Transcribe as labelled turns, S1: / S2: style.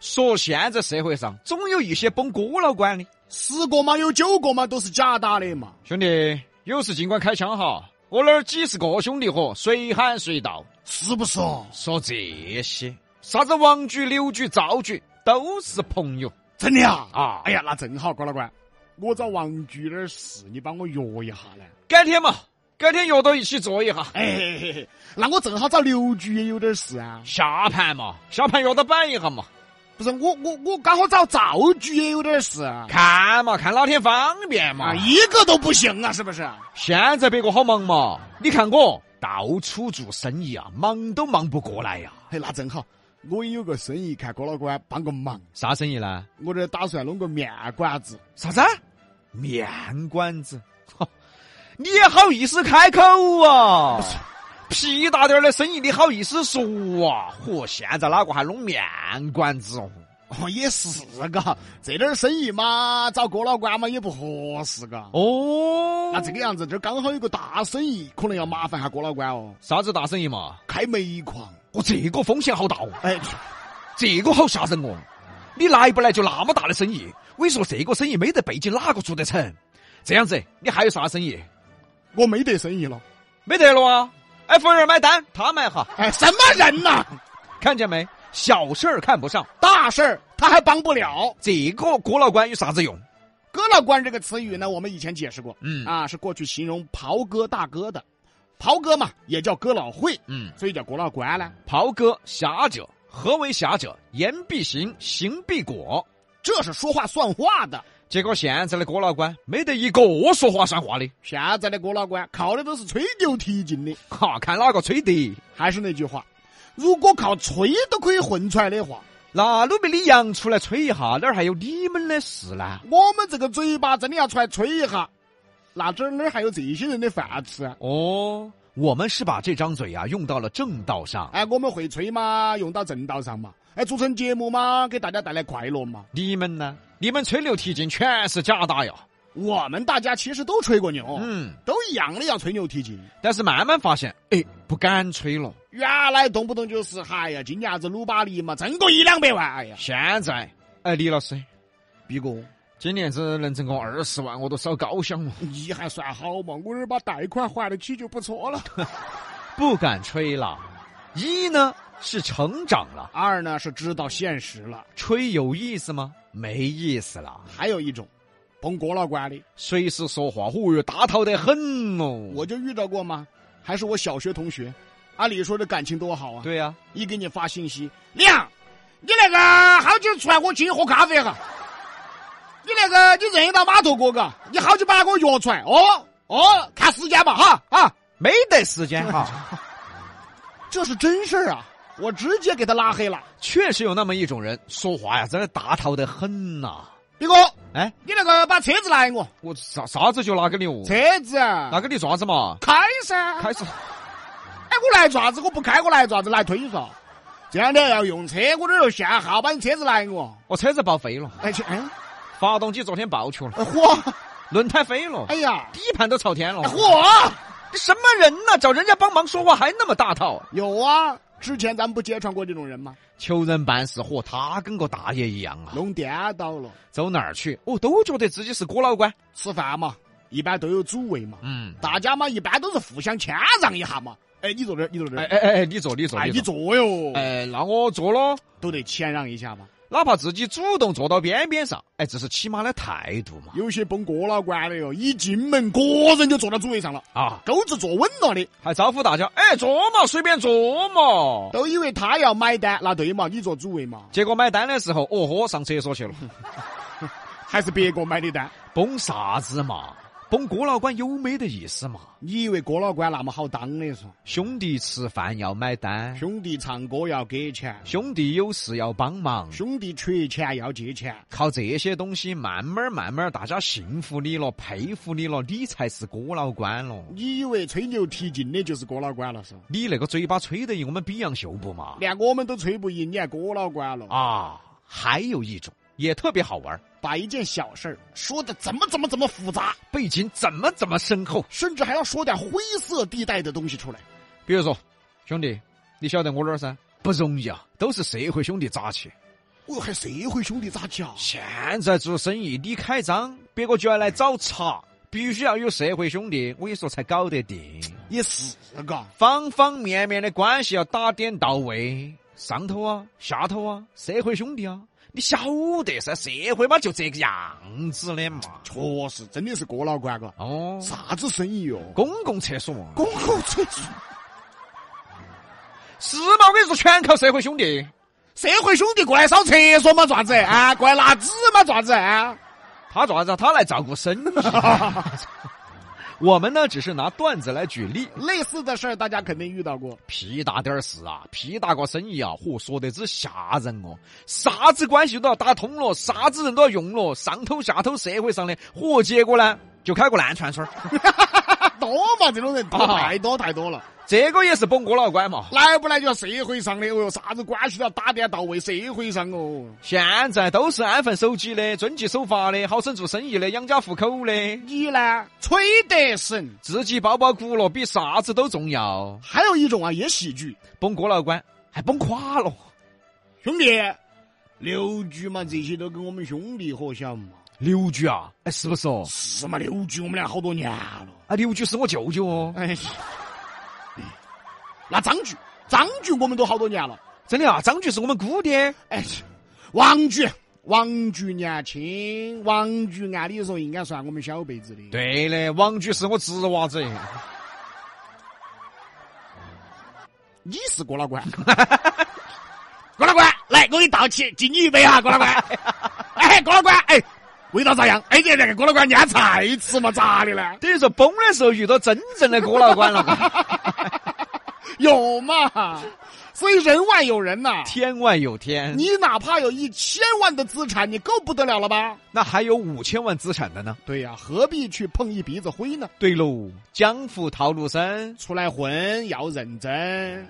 S1: 说现在社会上总有一些崩锅老倌的，
S2: 十个嘛有九个嘛都是假打的嘛。
S1: 兄弟，有事尽管开枪哈！我那儿几十个兄弟伙，谁喊谁到。
S2: 是不是哦？
S1: 说这些，啥子王局、刘局、赵局，都是朋友
S2: 真的啊！
S1: 啊！
S2: 哎呀，那正好，郭老倌，我找王局那儿事，你帮我约一下呢。
S1: 改天嘛，改天约到一起坐一下，
S2: 哎嘿嘿嘿，那我正好找刘局也有点事啊。
S1: 下盘嘛，下盘约到摆一下嘛，
S2: 不是我我我刚好找赵局也有点事啊。
S1: 看嘛，看哪天方便嘛。
S2: 啊，一个都不行啊，是不是？
S1: 现在别个好忙嘛，你看我到处做生意啊，忙都忙不过来呀、
S2: 嘿，那正好，我也有个生意，看郭老倌帮个忙，
S1: 啥生意呢？
S2: 我这打算弄个面馆子。
S1: 啥子？面馆子？ 哈你也好意思开口啊？ 屁大点儿的生意，你好意思说啊？嚯，现在哪个还弄面馆子哦？
S2: 哦，也是嘎，这点儿生意嘛，找郭老倌嘛也不合适嘎。
S1: 哦
S2: 那这个样子，这儿刚好有个大生意，可能要麻烦下郭老倌哦，
S1: 啥子大生意嘛？
S2: 开煤矿。
S1: 我、这个风险好大哦，
S2: 哎，
S1: 这个好吓人哦！你来不来就那么大的生意？我跟你说，这个生意没得背景，哪个做得成？这样子，你还有啥生意？
S2: 我没得生意了。
S1: 没得了啊！哎，服务员买单，他买哈，
S2: 哎，什么人呐？
S1: 看见没？小事儿看不上，
S2: 大事儿他还帮不了。
S1: 这个郭老倌有啥子用？
S2: 哥老倌这个词语呢，我们以前解释过，
S1: 嗯
S2: 啊，是过去形容袍哥大哥的，袍哥嘛，也叫哥老会，
S1: 嗯，
S2: 所以叫郭老倌呢。
S1: 袍哥侠者，何为侠者？言必行，行必果。
S2: 这是说话算话的。
S1: 结果现在的郭老倌没得一个说话算话的，
S2: 现在的郭老倌靠的都是吹牛提劲的。
S1: 哈，看哪个吹得。
S2: 还是那句话，如果靠吹都可以混出来的话，
S1: 那都被你扬出来吹一下，哪儿还有你们的事呢？
S2: 我们这个嘴巴真的要出来吹一下，那这儿哪儿还有这些人的饭吃啊？
S1: 哦，我们是把这张嘴啊用到了正道上，
S2: 哎，我们会吹嘛，用到正道上嘛，哎，做成节目嘛，给大家带来快乐嘛。
S1: 你们呢？你们吹牛提劲全是假打呀。
S2: 我们大家其实都吹过牛，
S1: 嗯，
S2: 都一样的要吹牛提劲。
S1: 但是慢慢发现，哎，不敢吹了。
S2: 原来动不动就是，哎呀，今年啥子鲁巴黎嘛，挣个一两百万，哎呀，
S1: 现在，哎，李老师，
S2: 毕哥，
S1: 今年子能挣个二十万，我都烧高香了，
S2: 你还算好嘛，我这儿把贷款还得起就不错了。
S1: 不敢吹了。一呢是成长了，
S2: 二呢是知道现实了，
S1: 吹有意思吗？没意思了，
S2: 还有一种，崩郭老倌的，
S1: 随时说话，哦哟，大头得很哦。
S2: 我就遇到过嘛，还是我小学同学，按理说这感情多好啊，
S1: 对呀、
S2: 一给你发信息，亮，你那个好久出来我请你喝咖啡哈，你那个你认得到码头哥嘎，你好久把我约出来哦哦，看时间吧哈啊，
S1: 没得时间哈。
S2: 这是真事儿啊，我直接给他拉黑了，
S1: 确实有那么一种人，说话呀，真的大头得很呐、
S2: 李哥，
S1: 哎，
S2: 你那个把车子拿给我，
S1: 我啥啥子就拿给你哦，
S2: 车子啊
S1: 拿给你做啥子嘛？
S2: 开噻，
S1: 开始，
S2: 哎，我来做啥子？我不开，我来做啥子？来推嗦。这两天要用车，我这儿又限号，把你车子拿给我。
S1: 我车子报废了，
S2: 哎，去，哎，
S1: 发动机昨天爆球了，
S2: 哎嚯，
S1: 轮胎飞了
S2: 哎，呀，
S1: 底盘都朝天了
S2: 哎。嚯，
S1: 你什么人呐？找人家帮忙说话还那么大套，
S2: 有啊，之前咱们不揭穿过这种人吗？
S1: 求人办事，嚯，他跟个大爷一样啊！
S2: 弄颠倒了，
S1: 走哪儿去？哦，都觉得自己是郭老倌。
S2: 吃饭嘛，一般都有主位嘛，
S1: 嗯，
S2: 大家嘛一般都是互相谦让一下嘛。哎，你坐这儿，你坐这
S1: 哎
S2: 儿，
S1: 哎哎哎，你坐，你坐，
S2: 哎，你
S1: 你坐。
S2: 坐哟，
S1: 哎，那我坐咯，
S2: 都得谦让一下嘛。
S1: 哪怕自己主动坐到边边上，哎，这是起码的态度嘛。
S2: 有些崩郭老倌的哟，一进门个人就坐到主位上了，
S1: 啊，
S2: 钩子坐稳了的，
S1: 还招呼大家，哎，坐嘛，随便坐嘛。
S2: 都以为他要买单，那对嘛，你坐主位嘛，
S1: 结果买单的时候，哦豁，上厕所去了，
S2: 还是别个买的单。
S1: 崩啥子嘛？崩郭老倌有没得意思嘛？
S2: 你以为郭老倌那么好当的嗦？
S1: 兄弟吃饭要买单，
S2: 兄弟唱歌要给钱，
S1: 兄弟有事要帮忙，
S2: 兄弟缺钱要借钱，
S1: 靠这些东西慢慢慢慢，大家信服你了，佩服你了，你才是郭老倌了。
S2: 你以为吹牛提劲的就是郭老倌了是？
S1: 你那个嘴巴吹得赢我们比洋秀不嘛？
S2: 连我们都吹不赢，你还郭老倌了？
S1: 啊，还有一种也特别好玩，
S2: 把一件小事儿说的怎么怎么怎么复杂，
S1: 背景怎么怎么深厚。
S2: 甚至还要说点灰色地带的东西出来。
S1: 比如说，兄弟，你晓得我哪儿噻？不容易啊，都是社会兄弟扎起。
S2: 我哟，还社会兄弟咋讲？
S1: 现在做生意，你开张，别个就要来找茬，必须要有社会兄弟，我跟你说才搞得定。
S2: 也是嘎，
S1: 方方面面的关系要打点到位，上头啊，下头啊，社会兄弟啊，你晓得噻，社会嘛就这个样子的嘛。
S2: 确实真的是郭老倌嘎，
S1: 哦，
S2: 啥子生意哟？
S1: 公共厕所啊，
S2: 公共厕所，
S1: 是嘛？我跟你说，全靠社会兄弟。
S2: 社会兄弟过来扫厕所嘛，爪子啊？过来拿纸嘛，爪子啊？
S1: 他做啥子啊？他来照顾生意。 我们呢，只是拿段子来举例。
S2: 类似的事儿大家肯定遇到过。
S1: 屁大点儿事啊，屁大个生意啊，嚯，说得之吓人哦！啥子关系都要打通了，啥子人都要用了，上头下头社会上的，嚯，结果呢，就开个烂串串儿。
S2: 多嘛，这种人多
S1: 啊
S2: 太多太多了，
S1: 这个也是崩郭老倌嘛。
S2: 来不来就要社会上的哦哟，啥子关系都要打点到位，社会上哦。
S1: 现在都是安分守己的，遵纪守法的，好生做生意的，养家糊口的，
S2: 你呢，吹得神。
S1: 自己包包鼓了，比啥子都重要。
S2: 还有一种啊，也喜剧，
S1: 崩郭老倌还崩垮了，
S2: 兄弟，六局嘛，这些都跟我们兄弟伙晓得嘛。
S1: 刘局啊，哎，是不是哦？
S2: 是嘛，六局我们俩好多年了。
S1: 啊，刘局是我舅舅哦，
S2: 哎，那张局，张局我们都好多年了。
S1: 真的啊，张局是我们姑爹。
S2: 哎，王局，王局年轻，王局按理说应该算我们小辈子的。
S1: 对的，王局是我侄娃子。
S2: 你是郭老倌， 郭老倌，来，我给你倒起，敬你一杯哈，郭老 倌。哎，郭老倌，哎，味道咋样？哎，这那个郭老倌腌菜吃嘛，咋的呢？
S1: 等于说崩的时候遇到真正的郭老倌了嘛，
S2: 有嘛？所以人外有人呐、
S1: 天外有天。
S2: 你哪怕有一千万的资产，你够不得了了吧？
S1: 那还有五千万资产的呢？
S2: 对呀、何必去碰一鼻子灰呢？
S1: 对喽，江湖套路深。
S2: 出来混要认真。